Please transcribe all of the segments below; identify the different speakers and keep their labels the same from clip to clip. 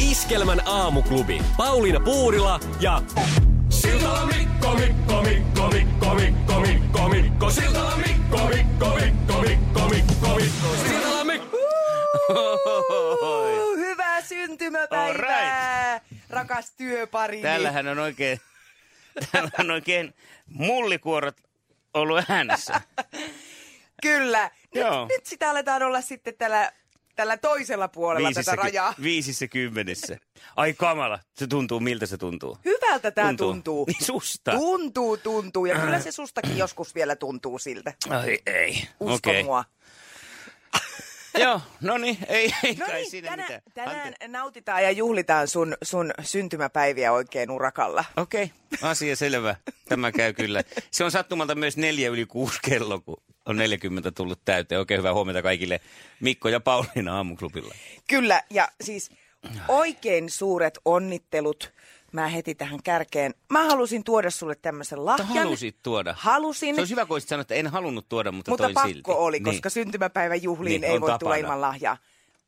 Speaker 1: Iskelmän aamuklubi. Pauliina Puurila ja... Siltala Mikko, Mikko, Mikko, Mikko, Mikko, Mikko, Mikko. Siltala Mikko, Mikko, Mikko, Mikko, Mikko, Mikko. Siltala Mikko.
Speaker 2: Uu, Hyvää syntymäpäivää, rakas työpari. Niin
Speaker 3: Täällähän on oikein, täällä on oikein mullikuorot ollut äänessä.
Speaker 2: Kyllä. Nyt,
Speaker 3: Joo.
Speaker 2: nyt sitä aletaan olla sitten tällä, tällä toisella puolella
Speaker 3: Viisissä,
Speaker 2: tätä rajaa.
Speaker 3: ky- viisissä kymmenessä. Ai kamala, se tuntuu, miltä se tuntuu.
Speaker 2: Hyvältä tämä tuntuu.
Speaker 3: Niin susta. Äh.
Speaker 2: Tuntuu, tuntuu. Ja kyllä se sustakin joskus vielä tuntuu siltä.
Speaker 3: Ai ei.
Speaker 2: Usko
Speaker 3: Okei.
Speaker 2: mua.
Speaker 3: Joo, no niin, ei, ei
Speaker 2: No
Speaker 3: kai
Speaker 2: niin,
Speaker 3: siinä
Speaker 2: tänään,
Speaker 3: mitään.
Speaker 2: tänään
Speaker 3: Anteeksi.
Speaker 2: nautitaan ja juhlitaan sun, sun syntymäpäiviä oikein urakalla.
Speaker 3: Okei, asia selvä. Tämä käy kyllä. Se on sattumalta myös neljä yli kuusi kello, kun on 40 tullut täyteen. Oikein hyvää huomenta kaikille Mikko ja Pauliina aamuklubilla.
Speaker 2: Kyllä, ja siis oikein suuret onnittelut. Mä heti tähän kärkeen. Mä halusin tuoda sulle tämmöisen lahjan.
Speaker 3: Halusit tuoda.
Speaker 2: Ah, Halusin,
Speaker 3: Se olisi hyvä, kun olisit sanonut, että en halunnut tuoda, mutta,
Speaker 2: mutta
Speaker 3: toin
Speaker 2: pakko
Speaker 3: silti.
Speaker 2: oli,
Speaker 3: Niin.
Speaker 2: koska syntymäpäivän juhliin
Speaker 3: Niin,
Speaker 2: ei
Speaker 3: on
Speaker 2: voi tulla
Speaker 3: tapana.
Speaker 2: ilman lahjaa.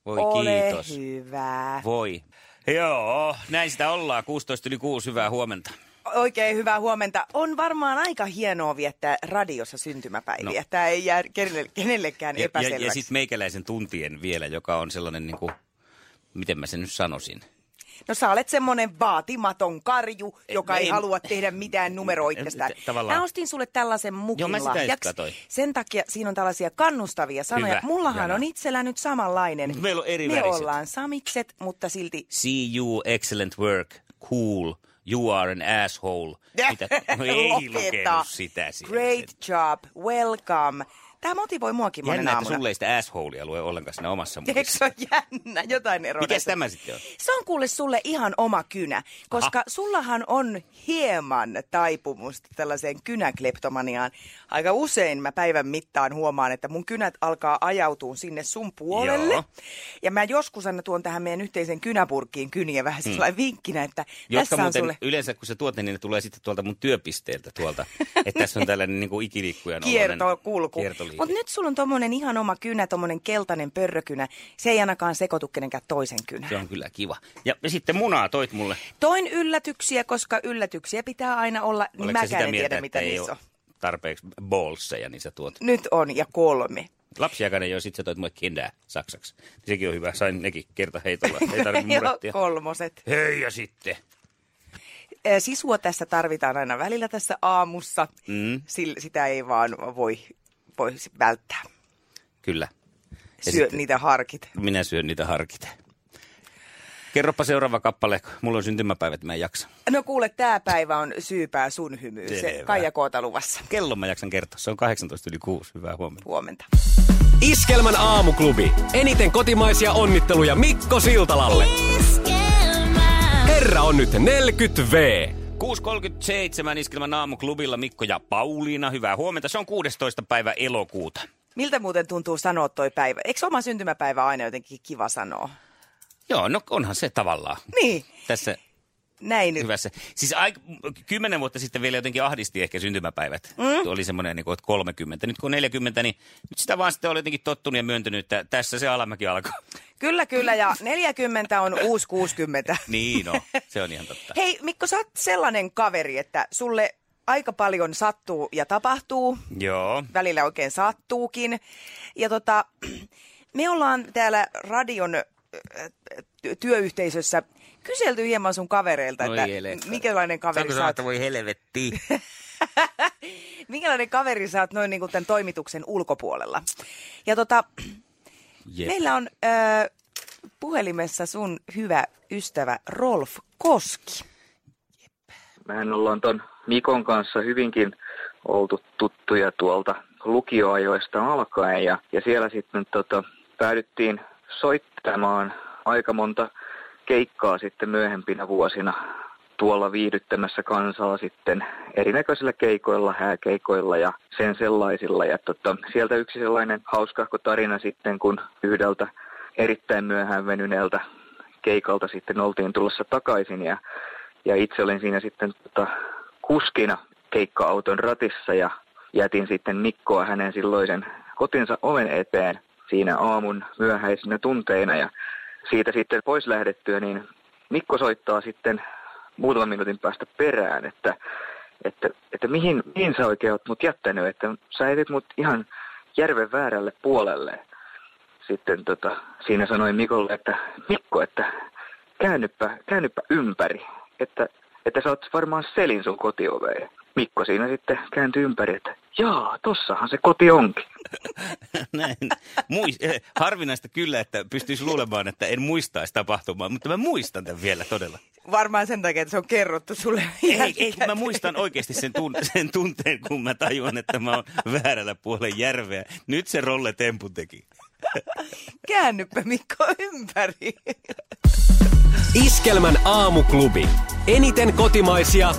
Speaker 3: Voi
Speaker 2: Ole
Speaker 3: kiitos.
Speaker 2: hyvä.
Speaker 3: Voi. Joo, näin sitä ollaan. 16 yli 6, hyvää huomenta.
Speaker 2: Oikein hyvää huomenta. On varmaan aika hienoa viettää radiossa syntymäpäiviä. No. Tämä ei jää kenelle- kenellekään
Speaker 3: Ja, ja,
Speaker 2: epäselväksi.
Speaker 3: ja sitten meikäläisen tuntien vielä, joka on sellainen niin kuin, miten mä sen nyt sanoisin.
Speaker 2: No sä olet semmonen vaatimaton karju, joka ei,
Speaker 3: ei-
Speaker 2: halua tehdä mitään numeroita tästä.
Speaker 3: t- tavallaan.
Speaker 2: Mä ostin sulle tällaisen mukin
Speaker 3: Joo, mä sitä just
Speaker 2: lahjaksi.
Speaker 3: katsoin.
Speaker 2: Sen takia siinä on tällaisia kannustavia sanoja.
Speaker 3: Hyvä,
Speaker 2: Mullahan
Speaker 3: Jana.
Speaker 2: on itsellä nyt samanlainen.
Speaker 3: Meillä on eri
Speaker 2: Me
Speaker 3: väriset.
Speaker 2: ollaan samikset, mutta silti...
Speaker 3: See you, excellent work, cool, you are an asshole. Mitä? No ei
Speaker 2: Loketa.
Speaker 3: lukenut sitä siellä.
Speaker 2: Great job, welcome. Tämä motivoi muakin monen
Speaker 3: Jännä, että
Speaker 2: aamuna.
Speaker 3: sulle ei sitä assholea lue ollenkaan siinä omassa
Speaker 2: Eikö
Speaker 3: muodissa.
Speaker 2: se ole jännä? Jotain eroa.
Speaker 3: Mikäs
Speaker 2: näissä.
Speaker 3: tämä sitten on?
Speaker 2: Se on kuule sulle ihan oma kynä, koska Aha. sullahan on hieman taipumusta tällaiseen kynäkleptomaniaan. Aika usein mä päivän mittaan huomaan, että mun kynät alkaa ajautua sinne sun puolelle. Joo.
Speaker 3: Joo.
Speaker 2: Ja mä joskus aina tuon tähän meidän yhteisen kynäpurkkiin kyniä vähän sellainen vinkkinä, että
Speaker 3: Hmm. Jotka
Speaker 2: tässä on
Speaker 3: muuten
Speaker 2: sulle
Speaker 3: yleensä, kun se tuot ne, niin ne tulee sitten tuolta mun työpisteeltä tuolta. Että tässä on tällainen niin kuin ikiliikkujan
Speaker 2: kiertokulku.
Speaker 3: Kiertoliike.
Speaker 2: Mutta nyt sulla on tommonen ihan oma kynä, tommonen keltainen pörrökynä. Se ei ainakaan sekoitu kenenkään toisen kynään.
Speaker 3: Se on kyllä kiva. Ja sitten munaa toit mulle.
Speaker 2: Toin yllätyksiä, koska yllätyksiä pitää aina olla, niin
Speaker 3: Oletko sä
Speaker 2: mäkään
Speaker 3: sitä
Speaker 2: en
Speaker 3: mieltä,
Speaker 2: tiedä
Speaker 3: että
Speaker 2: mitä
Speaker 3: ei
Speaker 2: niissä
Speaker 3: ole
Speaker 2: on.
Speaker 3: tarpeeksi ballseja, niin sä tuot.
Speaker 2: Nyt on ja kolme.
Speaker 3: Lapsiaikainen jo, sit sä toit mulle kindää saksaksi. Sekin on hyvä, sain nekin kerta heitolla. Ei tarvitse murehtia.
Speaker 2: Joo, kolmoset.
Speaker 3: Hei ja sitten.
Speaker 2: Eh, Sisua tässä tarvitaan aina välillä tässä aamussa. Mm. Sil, sitä ei vaan voi, voi välttää.
Speaker 3: Kyllä.
Speaker 2: Syö
Speaker 3: Ja sitten-
Speaker 2: niitä harkit.
Speaker 3: Minä syön niitä harkita. Kerropa seuraava kappale, kun mulla on syntymäpäivät, mä en jaksa.
Speaker 2: No kuule, tämä päivä on syypää sun hymyyn. Se
Speaker 3: Selvä.
Speaker 2: Kaija Koota luvassa.
Speaker 3: Kello mä jaksan kertoa, se on 18 yli 6, hyvää huomenta.
Speaker 2: Huomenta.
Speaker 1: Iskelmän aamuklubi. Eniten kotimaisia onnitteluja Mikko Siltalalle. Herra on nyt 40 V.
Speaker 3: 6.37 Iskelmän aamuklubilla Mikko ja Pauliina, hyvää huomenta. Se on 16. päivä elokuuta.
Speaker 2: Miltä muuten tuntuu sanoa toi päivä? Eikö oma syntymäpäivä aina jotenkin kiva sanoa?
Speaker 3: Joo, no onhan se tavallaan
Speaker 2: Niin,
Speaker 3: tässä
Speaker 2: näin nyt.
Speaker 3: hyvässä. Siis aik- kymmenen vuotta sitten vielä jotenkin ahdisti ehkä syntymäpäivät. Mm. Oli semmoinen, niin kuin, että 30. Nyt kun on 40, niin nyt sitä vaan sitten oli jotenkin tottunut ja myöntynyt, että tässä se alamäki alkaa.
Speaker 2: Kyllä, kyllä. Ja 40 on uusi 60.
Speaker 3: Niin no, se on ihan totta.
Speaker 2: Hei Mikko, sä oot sellainen kaveri, että sulle aika paljon sattuu ja tapahtuu.
Speaker 3: Joo.
Speaker 2: Välillä oikein sattuukin. Ja tota, me ollaan täällä radion äh, ty- työyhteisössä kyselty hieman sun kavereilta,
Speaker 3: No
Speaker 2: että
Speaker 3: ei eletä.
Speaker 2: minkälainen kaveri, sä oot,
Speaker 3: voi helvettiin?
Speaker 2: minkälainen kaveri sä oot noin niin kuin tämän toimituksen ulkopuolella. Ja tota,
Speaker 3: Jep.
Speaker 2: meillä on äh, puhelimessa sun hyvä ystävä Rolf Koski.
Speaker 4: Mehän ollaan ton Mikon kanssa hyvinkin oltu tuttuja tuolta lukioajoista alkaen ja, ja siellä sitten tota, päädyttiin soittamaan aika monta keikkaa sitten myöhempinä vuosina tuolla viihdyttämässä kansaa sitten erinäköisillä keikoilla, hääkeikoilla ja sen sellaisilla. Ja tota, sieltä yksi sellainen hauskahko tarina sitten, kun yhdeltä erittäin myöhään venyneeltä keikalta sitten oltiin tulossa takaisin ja ja itse olin siinä sitten tota, kuskina keikka-auton ratissa ja jätin sitten Mikkoa hänen silloisen kotinsa oven eteen siinä aamun myöhäisinä tunteina. Ja siitä sitten pois lähdettyä, niin Mikko soittaa sitten muutaman minuutin päästä perään, että, että, että mihin, mihin sä oikein oot mut jättänyt, että sä jätit mut ihan järven väärälle puolelle. Sitten tota, siinä sanoin Mikolle, että Mikko, että käännyppä, käännyppä ympäri, että, että sä oot varmaan selin sun kotioveen. Mikko siinä sitten kääntyi ympäri, että jaa, tossahan se koti onkin.
Speaker 3: Näin. Muis, eh, harvinaista kyllä, että pystyisi luulemaan, että en muistaisi tapahtumaa, mutta mä muistan tämän vielä todella.
Speaker 2: Varmaan sen takia, että se on kerrottu sulle.
Speaker 3: Ei, ei, kun mä muistan oikeasti sen, tun, sen tunteen, kun mä tajuan, että mä oon väärällä puolella järveä. Nyt se Rolle Tempu teki.
Speaker 2: Käännyppä Mikko ympäri.
Speaker 1: Iskelmän aamuklubi. Eniten kotimaisia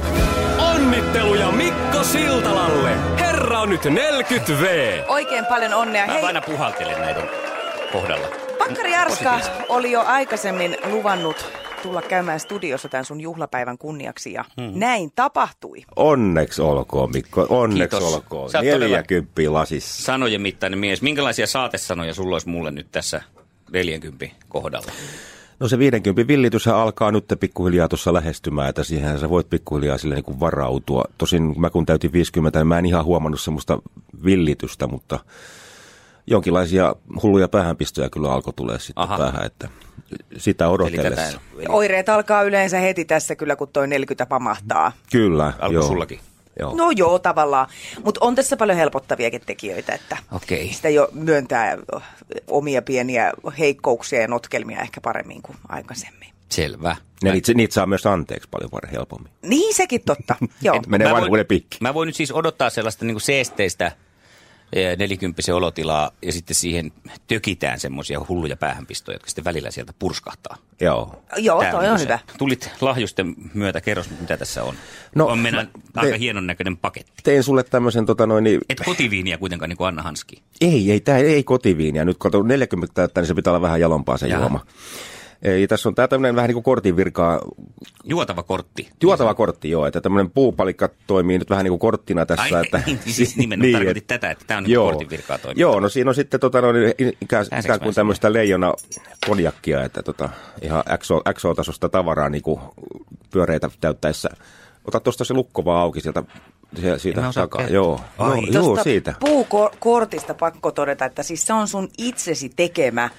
Speaker 1: onnitteluja Mikko Siltalalle. Herra on nyt 40 V.
Speaker 2: Oikein paljon onnea.
Speaker 3: Mä
Speaker 2: Hei,
Speaker 3: aina puhaltelen näiden kohdalla.
Speaker 2: Pakkari Arska oli jo aikaisemmin luvannut tulla käymään studiossa tämän sun juhlapäivän kunniaksi ja hmm. näin tapahtui.
Speaker 5: Onneksi olkoon, Mikko. Onneksi
Speaker 3: Kiitos.
Speaker 5: Kiitos. olkoon.
Speaker 3: Sä oot
Speaker 5: 40 lasissa.
Speaker 3: Sanojen mittainen mies. Minkälaisia saatesanoja sulla olisi mulle nyt tässä 40 kohdalla?
Speaker 5: No se 50 villityshän alkaa nyt pikkuhiljaa tuossa lähestymään, että siihen sä voit pikkuhiljaa sille niin kuin varautua. Tosin mä kun täytin 50, niin mä en ihan huomannut semmoista villitystä, mutta jonkinlaisia hulluja päähänpistoja kyllä alkoi tulee sitten
Speaker 3: Aha.
Speaker 5: Aha. päähän, että sitä
Speaker 3: Eli tätä en,
Speaker 5: odotellessa.
Speaker 3: eli
Speaker 2: Oireet alkaa yleensä heti tässä kyllä, kun toi 40 pamahtaa.
Speaker 3: Hmm.
Speaker 5: Kyllä,
Speaker 3: alkoi
Speaker 5: joo.
Speaker 3: sullakin.
Speaker 5: Joo.
Speaker 2: No joo, tavallaan. Mutta on tässä paljon helpottaviakin tekijöitä, että
Speaker 3: Okei.
Speaker 2: sitä jo myöntää eh, omia pieniä heikkouksia ja notkelmia ehkä paremmin kuin aikaisemmin.
Speaker 3: Selvä.
Speaker 5: Ne, niitä, niitä saa myös anteeksi paljon paremmin helpommin.
Speaker 2: Niin sekin totta, joo.
Speaker 5: Menee
Speaker 3: Mä voin-
Speaker 5: vanhuuden pikki.
Speaker 3: Mä voin nyt siis odottaa sellaista niin seesteistä eh, nelikymppisen olotilaa ja sitten siihen tökitään semmoisia hulluja päähänpistoja, jotka sitten välillä sieltä purskahtaa.
Speaker 5: Joo.
Speaker 2: Joo,
Speaker 3: Tää
Speaker 2: toi
Speaker 3: niinku
Speaker 2: on
Speaker 3: se.
Speaker 2: hyvä.
Speaker 3: Tulit lahjusten myötä, kerros nyt, mitä tässä on. No,
Speaker 5: No,
Speaker 3: on meidän
Speaker 5: mä-
Speaker 3: aika
Speaker 5: te-
Speaker 3: hienon näköinen paketti.
Speaker 5: Tein sulle tämmöisen tota noin, niin
Speaker 3: Et kotiviiniä kuitenkaan niin kuin Anna Hanski.
Speaker 5: Ei, ei, tämä ei kotiviiniä. Nyt kun on 40 täyttää, niin se pitää olla vähän jalompaa se
Speaker 3: Jaha.
Speaker 5: juoma. Ei, tässä on tämä tämmöinen vähän niin kuin kortin virkaa,
Speaker 3: Juotava kortti.
Speaker 5: juotava kortti joo, että tämmöinen puupalikka toimii nyt vähän niin kuin korttina tässä.
Speaker 3: Ai,
Speaker 5: että, Niin,
Speaker 3: siis nimenomaan tarkoitit tätä, että tää on niinku kortin virkaa toimintaa.
Speaker 5: Joo, no siinä on sitten tota, no, niin, ikään,
Speaker 3: Pääseekö
Speaker 5: ikään
Speaker 3: mä
Speaker 5: kuin
Speaker 3: sinne?
Speaker 5: tämmöistä leijona konjakkia, että tota, ihan XO, XO-tasosta tavaraa niin kuin pyöreitä täyttäessä. Ota tuosta se lukko vaan auki sieltä, se-
Speaker 3: En mä
Speaker 5: siitä
Speaker 3: osaa
Speaker 5: takaa.
Speaker 3: kertoa.
Speaker 5: Joo,
Speaker 3: Ai.
Speaker 5: joo, joo,
Speaker 2: Tuosta
Speaker 5: siitä.
Speaker 2: puukortista pakko todeta, että siis se on sun itsesi tekemä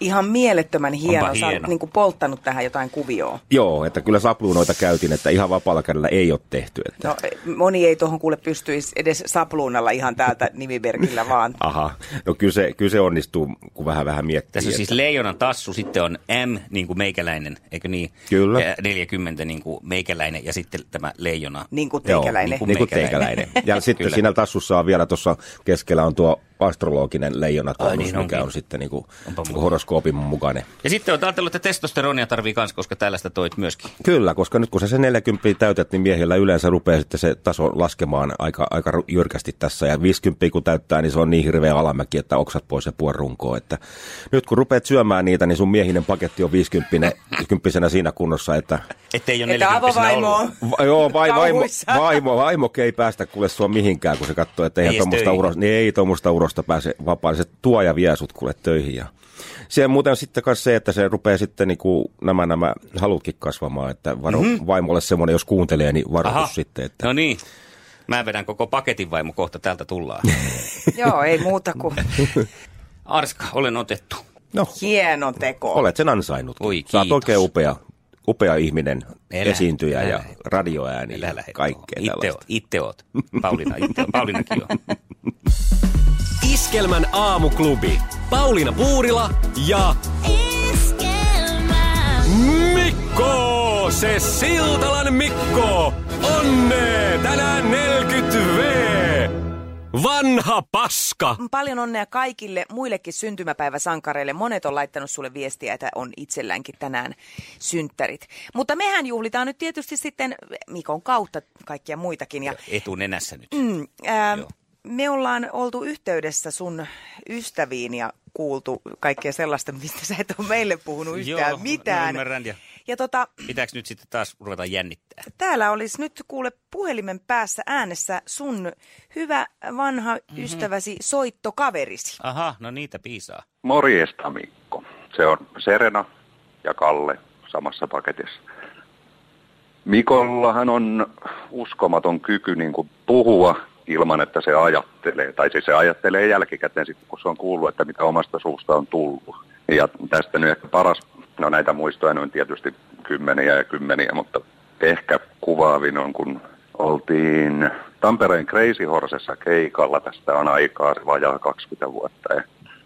Speaker 2: ihan mielettömän hieno. Sä
Speaker 3: hieno.
Speaker 2: oot niin polttanut tähän jotain kuvioon.
Speaker 5: Joo, että kyllä sapluunoita käytin, että ihan vapaalla kädellä ei ole tehty. Että.
Speaker 2: No, moni ei tuohon kuule pystyisi edes sapluunalla ihan täältä nimimerkillä vaan.
Speaker 5: Aha, no kyllä se, kyllä se onnistuu, kun vähän vähän miettii.
Speaker 3: Tässä on siis
Speaker 5: että-
Speaker 3: leijonan tassu, sitten on M niin kuin meikäläinen, eikö niin?
Speaker 5: Kyllä.
Speaker 3: Ja 40 niin kuin meikäläinen ja sitten tämä leijona.
Speaker 2: Niin kuin
Speaker 5: Joo,
Speaker 2: teikäläinen.
Speaker 5: Niin kuin
Speaker 3: Meikäläinen.
Speaker 5: teikäläinen. Ja sitten
Speaker 3: Kyllä.
Speaker 5: siinä tassussa on vielä tuossa keskellä on tuo astrologinen leijonakonnus,
Speaker 3: Ai niin
Speaker 5: mikä
Speaker 3: onkin.
Speaker 5: on sitten niin kuin,
Speaker 3: Onpa
Speaker 5: niin
Speaker 3: muuta.
Speaker 5: kuin horoskoopin mukainen.
Speaker 3: Ja sitten on ajatellut, että testosteronia tarvii kans, koska tällaista toit myöskin.
Speaker 5: Kyllä, koska nyt kun sä sen 40 täytät, niin miehillä yleensä rupeaa sitten se taso laskemaan aika, aika ru- jyrkästi tässä. Ja 50 kun täyttää, niin se on niin hirveä alamäki, että oksat pois ja puon runkoon. Että nyt kun rupeat syömään niitä, niin sun miehinen paketti on 50 50 siinä kunnossa, että
Speaker 3: Että ei ole
Speaker 2: Että
Speaker 3: 40
Speaker 2: avovaimo on.
Speaker 3: ollut.
Speaker 5: Va- joo, vai, vaimo,
Speaker 2: Kauhuissaan.
Speaker 5: vaimo, vaimo ei päästä kuule sua mihinkään, kun se katsoo, että
Speaker 3: Ei
Speaker 5: eihän
Speaker 3: edes
Speaker 5: tuommoista
Speaker 3: töihin.
Speaker 5: uros, niin ei tuommoista urosta pääse vapaan. Se tuo ja vie sut kuule töihin. Ja. Se muuten sitten myös se, että se rupeaa sitten niinku nämä, nämä halutkin kasvamaan, että varo, mm-hmm. vaimolle semmoinen, jos kuuntelee, niin varoitus
Speaker 3: Mhm. Aha.
Speaker 5: sitten. Että,
Speaker 3: No niin. Mä vedän koko paketin vaimo, kohta täältä tullaan.
Speaker 2: Joo, ei muuta kuin
Speaker 3: Arska, olen otettu.
Speaker 5: no,
Speaker 2: hieno teko.
Speaker 5: olet sen ansainnut.
Speaker 3: Oi,
Speaker 5: Sä oot
Speaker 3: kiitos.
Speaker 5: oikein upea, upea ihminen,
Speaker 3: Älä-
Speaker 5: esiintyjä
Speaker 3: älä
Speaker 5: ja
Speaker 3: lähde.
Speaker 5: radioääni ja
Speaker 3: Älä lähde
Speaker 5: Niin, kaikkea
Speaker 3: tuohon. Itte
Speaker 5: tällaista.
Speaker 3: oot, itte oot. Pauliina, itte oot. Pauliinakin on.
Speaker 1: Iskelmän aamuklubi. Pauliina Puurila ja Mikko, se Siltalan Mikko. Onne tänään 40 V. Vanha paska.
Speaker 2: Paljon onnea kaikille muillekin syntymäpäiväsankareille. Monet on laittanut sulle viestiä, että on itselläänkin tänään synttärit. Mutta mehän juhlitaan nyt tietysti sitten Mikon kautta kaikkia muitakin. Ja
Speaker 3: Etunenässä nyt.
Speaker 2: Mm, ää,
Speaker 3: Joo.
Speaker 2: me ollaan oltu yhteydessä sun ystäviin ja kuultu kaikkea sellaista, mistä sä et ole meille puhunut yhtään
Speaker 3: Joo, mä
Speaker 2: mitään.
Speaker 3: ymmärrän ja-
Speaker 2: ja tota,
Speaker 3: Pitääkö nyt sitten taas ruveta jännittää?
Speaker 2: täällä olisi nyt kuule puhelimen päässä äänessä sun hyvä vanha
Speaker 3: Mhm.
Speaker 2: mm-hmm. ystäväsi soittokaverisi.
Speaker 3: Aha, no niitä piisaa.
Speaker 6: Morjesta Mikko. Se on Serena ja Kalle samassa paketissa. Mikollahan on uskomaton kyky niin kuin puhua ilman, että se ajattelee. Tai siis se ajattelee jälkikäteen, sit, kun se on kuullut, että mitä omasta suusta on tullut. Ja tästä nyt ehkä paras, no näitä muistoja on tietysti kymmeniä ja kymmeniä, mutta ehkä kuvaavin on, kun oltiin Tampereen Crazy Horsessa keikalla. Tästä on aikaa se vajaa 20 vuotta. Ja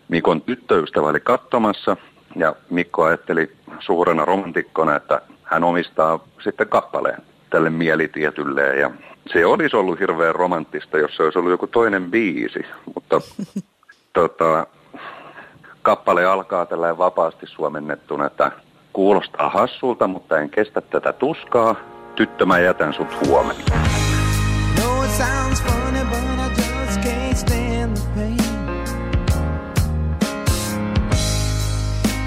Speaker 6: Mikon tyttöystävä oli katsomassa ja Mikko ajatteli suurena romantikkona, että hän omistaa sitten kappaleen tälle mielitietylle ja se olisi ollut hirveän romanttista, jos se olisi ollut joku toinen biisi, mutta tota, kappale alkaa tällä vapaasti suomennettuna, että kuulostaa hassulta, mutta en kestä tätä tuskaa, tyttö mä jätän sut huomenna. No, it sounds funny, but I just can't stand the pain.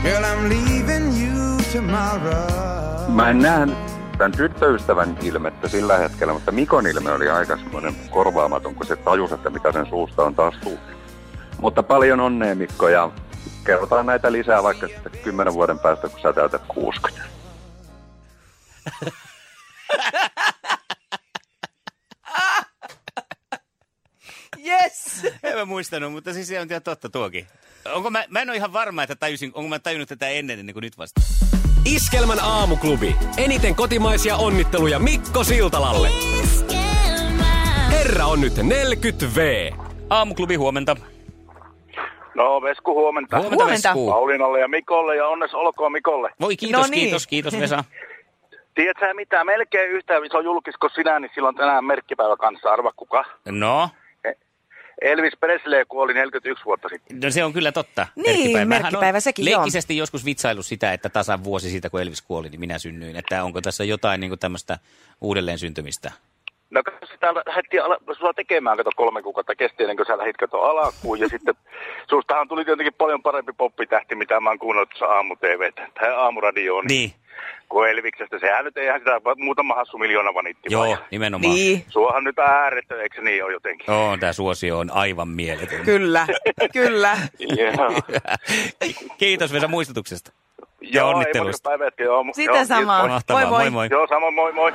Speaker 6: Girl, I'm leaving you tomorrow. Mä en nähnyt tämän tyttöystävän ilmettä sillä hetkellä, mutta Mikon ilme oli aika semmoinen korvaamaton, kun se tajusi, että mitä sen suusta on taas suussa. Mutta paljon onnea Mikko ja kerrotaan näitä lisää vaikka sitten kymmenen vuoden päästä, kun sä täytät 60.
Speaker 2: Yes!
Speaker 3: En mä muistanut, mutta siis se on ihan totta tuokin. Onko mä, mä en ole ihan varma, että tajusin, onko mä tajunnut tätä ennen, ennen kuin nyt vasta.
Speaker 1: Iskelmän aamuklubi. Eniten kotimaisia onnitteluja Mikko Siltalalle. Iskelmä. Herra on nyt 40V.
Speaker 3: Aamuklubi huomenta.
Speaker 7: No, Vesku, huomenta.
Speaker 3: Huomenta,
Speaker 2: Huomenta.
Speaker 3: Vesku.
Speaker 7: Paulinalle ja Mikolle ja onnes olkoon Mikolle.
Speaker 3: Voi kiitos,
Speaker 2: No niin.
Speaker 3: kiitos, kiitos Vesa.
Speaker 7: Tiedätkö sä mitä, melkein yhtä iso julkis kuin sinä, niin silloin tänään merkkipäivä kanssa, arva kuka.
Speaker 3: No,
Speaker 7: Elvis Presley kuoli 41 vuotta sitten.
Speaker 3: no se on kyllä totta.
Speaker 2: Niin,
Speaker 3: Mähän
Speaker 2: merkkipäivä,
Speaker 3: on
Speaker 2: sekin joo.
Speaker 3: Leikkisesti joskus vitsailu sitä, että tasan vuosi siitä, kun Elvis kuoli, niin minä synnyin. Että onko tässä jotain niin tämmöistä uudelleen syntymistä.
Speaker 7: No kato, sitä lähdettiin ala, sulla tekemään, kato kolme kuukautta kesti ennen kuin sä lähdit kato alakuun. Ja sitten sustahan tuli tietenkin paljon parempi poppitähti, mitä mä oon kuunnellut tuossa aamu TVtä, tai aamuradioon. Niin.
Speaker 3: Niin,
Speaker 7: Kun Elviksestä, sehän nyt eihän sitä muutama hassu miljoona vanitti. vaan.
Speaker 3: joo, nimenomaan.
Speaker 2: Niin,
Speaker 7: Suohan nyt ääretön, eikö se niin ole jotenkin?
Speaker 3: Joo, tämä suosio on aivan mieletön.
Speaker 2: kyllä, kyllä.
Speaker 7: Joo.
Speaker 3: Kiitos Vesa muistutuksesta.
Speaker 7: Joo,
Speaker 3: onnitteluista.
Speaker 7: Ei muuta kuin päivää, joo, mu-
Speaker 2: Sitä
Speaker 7: joo,
Speaker 2: samaa.
Speaker 7: kiitos,
Speaker 3: Mahtavaa,
Speaker 2: Moi, moi.
Speaker 3: moi moi.
Speaker 7: Joo, samoin, moi moi.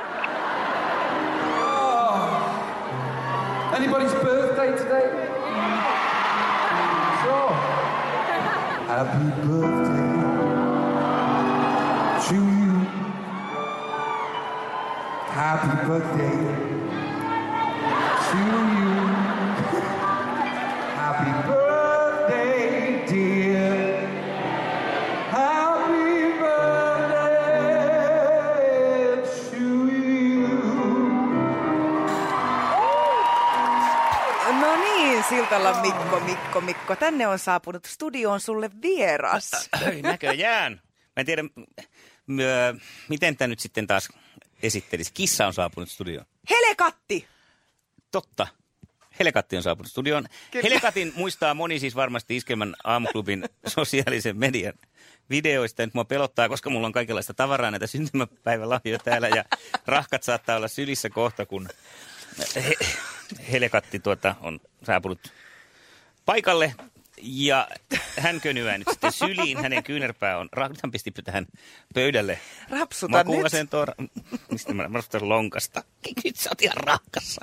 Speaker 8: Anybody's birthday today? Sure. Happy birthday to you. Happy birthday to you. Happy birthday, dear. Happy birthday to you.
Speaker 2: No niin, Siltala Mikko, Mikko, Mikko. Tänne on saapunut studioon sulle vieras.
Speaker 3: Ei näköjään. Mä en tiedä, m- m- ö, miten tämä nyt sitten taas esittelisi. Kissa on saapunut studioon.
Speaker 2: Helekatti!
Speaker 3: Totta. Helekatti on saapunut studioon. Kyllä. Helekatin muistaa moni siis varmasti Iskelmän aamuklubin sosiaalisen median videoista. Nyt mua pelottaa, koska mulla on kaikenlaista tavaraa näitä syntymäpäivälahjoja täällä ja rahkat saattaa olla sylissä kohta, kun he, Helekatti tuota on saapunut paikalle ja hän könyää nyt sitten syliin. Hänen kyynärpää on, rahkan pisti tähän pöydälle
Speaker 2: Rapsuta Tota, nyt.
Speaker 3: makuasentoon, ra- mistä mä, mä rastan lonkasta. Niin, Nyt sä oot ihan rakkassa.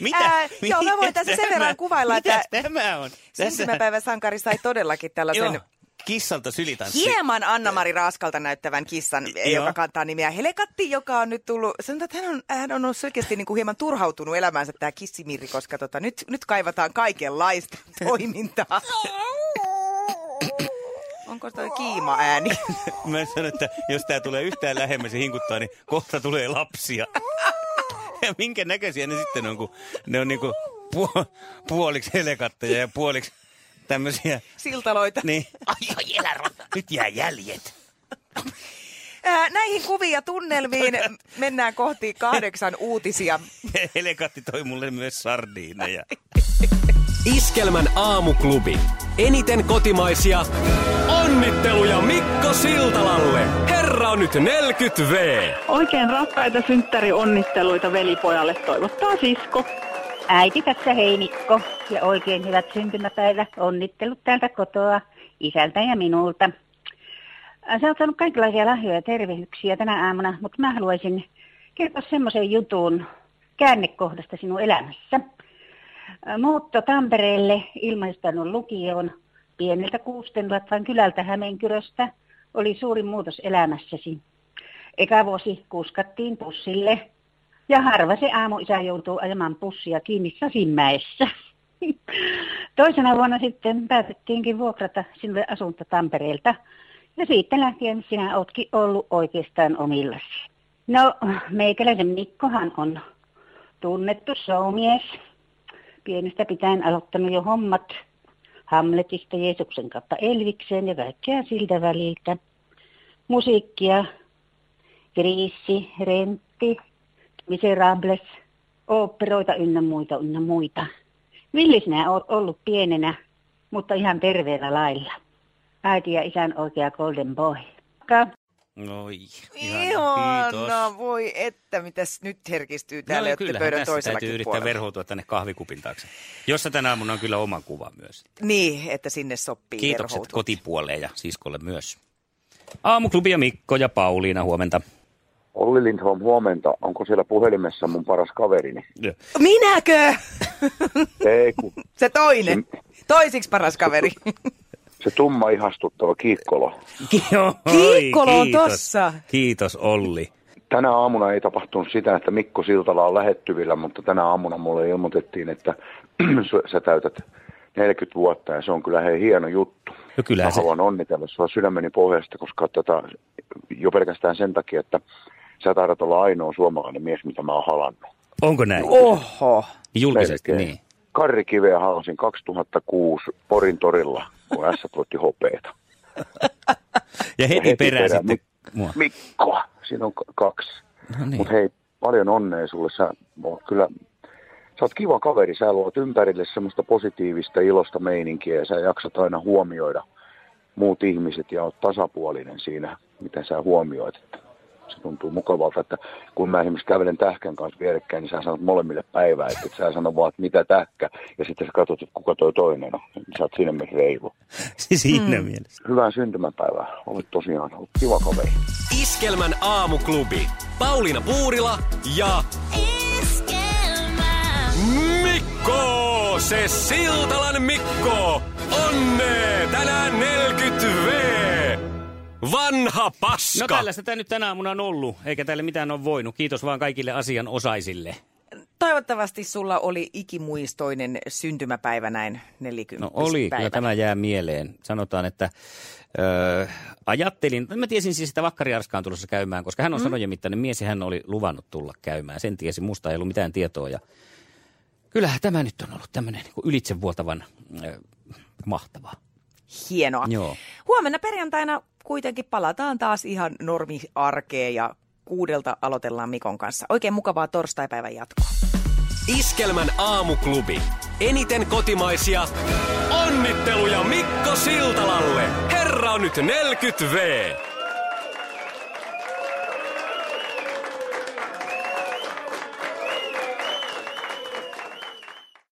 Speaker 3: Mitä?
Speaker 2: Ää, joo, mä voin tässä sen
Speaker 3: Tämä-
Speaker 2: verran kuvailla,
Speaker 3: mitäs
Speaker 2: että
Speaker 3: tämä on?
Speaker 2: Syntymäpäivä sankari sai todellakin tällaisen
Speaker 3: Joo, kissalta sylitanssi.
Speaker 2: hieman Anna-Mari Raaskalta näyttävän kissan, eh,
Speaker 3: Joo.
Speaker 2: joka kantaa nimeä Helekatti, joka on nyt tullut, sanotaan, että hän on, hän on ollut selkeästi niin kuin hieman turhautunut elämäänsä tämä kissimirri, koska tota, nyt, nyt kaivataan kaikenlaista toimintaa. Onko toi kiima ääni?
Speaker 3: Mä sanon, että jos tää tulee yhtään lähemmäs ja hinkuttaa, niin kohta tulee lapsia. Ja minkä näköisiä ne sitten on, kun ne on niinku puo- puoliksi helekatteja ja puoliksi tämmöisiä.
Speaker 2: Siltaloita.
Speaker 3: Niin. Ai, ai, elä, rotta. Nyt jää jäljet.
Speaker 2: Ää, Näihin kuviin ja tunnelmiin mennään kohti kahdeksan uutisia.
Speaker 3: Helekatti toi mulle myös sardiineja.
Speaker 1: Iskelmän aamuklubi. Eniten kotimaisia onnitteluja Mikko Siltalalle. Herra on nyt 40V.
Speaker 9: Oikein rakkaita synttärionnitteluita velipojalle toivottaa sisko.
Speaker 10: Äiti tässä Heinikko ja oikein hyvät syntymäpäivä. Onnittelut täältä kotoa isältä ja minulta. Ä, Sä oot saanut kaikenlaisia lahjoja ja tervehdyksiä tänä aamuna, mutta mä haluaisin kertoa semmoisen jutun käännekohdasta sinun elämässä. Ä, Muutto Tampereelle ilmaistanut lukioon pieneltä kuustenlatvan kylältä Hämeenkyröstä oli suuri muutos elämässäsi. Eka vuosi kuskattiin pussille ja harva se aamuisä joutuu ajamaan pussia kiinni Sasinmäessä. Toisena vuonna sitten päätettiinkin vuokrata sinulle asunto Tampereelta. Ja siitä lähtien sinä ootkin ollut oikeastaan omillasi. No, meikäläisen Mikkohan on tunnettu soumies. Pienestä pitäen aloittanut jo hommat Hamletista Jeesuksen kautta Elvikseen ja kaikkea siltä väliltä. Musiikkia, kriisi, rentti, miserables, oopperoita ynnä muita, ynnä muita. Villi sinä olet ollut pienenä, mutta ihan terveellä lailla. Äiti ja isän oikea golden boy. Ka-
Speaker 3: Noi, ihana,
Speaker 2: Ihana,
Speaker 3: kiitos.
Speaker 2: voi että, mitäs nyt herkistyy täällä, no, jotta
Speaker 3: kyllä,
Speaker 2: pöydän
Speaker 3: tässä
Speaker 2: toisellakin
Speaker 3: täytyy yrittää
Speaker 2: puolella.
Speaker 3: verhoutua tänne kahvikupin taakse, jossa tänä aamuna on kyllä oma kuva myös.
Speaker 2: Niin, että sinne sopii
Speaker 3: Kiitokset
Speaker 2: verhoutua.
Speaker 3: kotipuoleen ja siskolle myös. Aamuklubi ja Mikko ja Pauliina, huomenta.
Speaker 11: Olli Lindholm, huomenta. Onko siellä puhelimessa mun paras kaverini?
Speaker 2: Minäkö?
Speaker 11: Ei, kun
Speaker 2: Se toinen. Toisiksi paras kaveri.
Speaker 11: se tumma ihastuttava kiikkolo.
Speaker 3: Joo,
Speaker 2: Kiikkolo on
Speaker 3: kiitos.
Speaker 2: tossa.
Speaker 3: Kiitos Olli.
Speaker 11: Tänä aamuna ei tapahtunut sitä, että Mikko Siltala on lähettyvillä, mutta tänä aamuna mulle ilmoitettiin, että sä- sä täytät 40 vuotta ja se on kyllä hei hieno juttu.
Speaker 3: No kyllähän
Speaker 11: Mä
Speaker 3: se-
Speaker 11: haluan onnitella sua sydämeni pohjasta, koska tätä, jo pelkästään sen takia, että sä taidat olla ainoa suomalainen mies, mitä mä oon halannut.
Speaker 3: Onko näin?
Speaker 2: Oho.
Speaker 3: Julkisesti,
Speaker 11: Melkein.
Speaker 3: niin.
Speaker 11: Karri Kiveä halasin 2006 Porin torilla, kun S tuotti hopeeta.
Speaker 3: Ja heti,
Speaker 11: heti
Speaker 3: perään
Speaker 11: perään
Speaker 3: sitten
Speaker 11: Mik-
Speaker 3: mua.
Speaker 11: Mikkoa, siinä on k- kaksi.
Speaker 3: No niin.
Speaker 11: Mutta hei, paljon onnea sulle. Sä oot kyllä, sä oot kiva kaveri. Sä luot ympärille semmoista positiivista, ilosta meininkiä ja sä jaksat aina huomioida muut ihmiset ja oot tasapuolinen siinä, mitä sä huomioit. Että Se tuntuu mukavalta, että kun mä esimerkiksi kävelen tähkän kanssa vierekkäin, niin sä sanot molemmille päivää, että et sä sano vaan, että mitä tähkä, ja sitten sä katsot, että kuka toi toinen on. Sä oot siinä mielessä reilu.
Speaker 3: Siis siinä
Speaker 2: Mm.
Speaker 3: mielessä.
Speaker 11: Hyvää syntymäpäivää. Olet tosiaan ollut kiva kaveri.
Speaker 1: Iskelmän aamuklubi. Pauliina Puurila ja Mikko, se Siltalan Mikko. Onne tänään 40 V. Vanha paska.
Speaker 3: No tällaista tämä nyt tänä aamuna on ollut, eikä tälle mitään ole voinut. Kiitos vaan kaikille asianosaisille.
Speaker 2: Toivottavasti sulla oli ikimuistoinen syntymäpäivä näin 40
Speaker 3: No oli,
Speaker 2: päivänä.
Speaker 3: kyllä tämä jää mieleen. Sanotaan, että öö, ajattelin, mä tiesin siis, että Vakkari Arska on tulossa käymään, koska hän on mm. sanojen mittainen mies ja hän oli luvannut tulla käymään. Sen tiesi, musta ei ollut mitään tietoa. Ja kyllähän tämä nyt on ollut tämmöinen niin ylitsevuotavan öö, mahtavaa.
Speaker 2: Hienoa.
Speaker 3: Joo.
Speaker 2: Huomenna perjantaina kuitenkin palataan taas ihan normiarkeen ja kuudelta aloitellaan Mikon kanssa. Oikein mukavaa torstaipäivän jatkoa.
Speaker 1: Iskelmän aamuklubi. Eniten kotimaisia onnitteluja Mikko Siltalalle. Herra on nyt 40 V.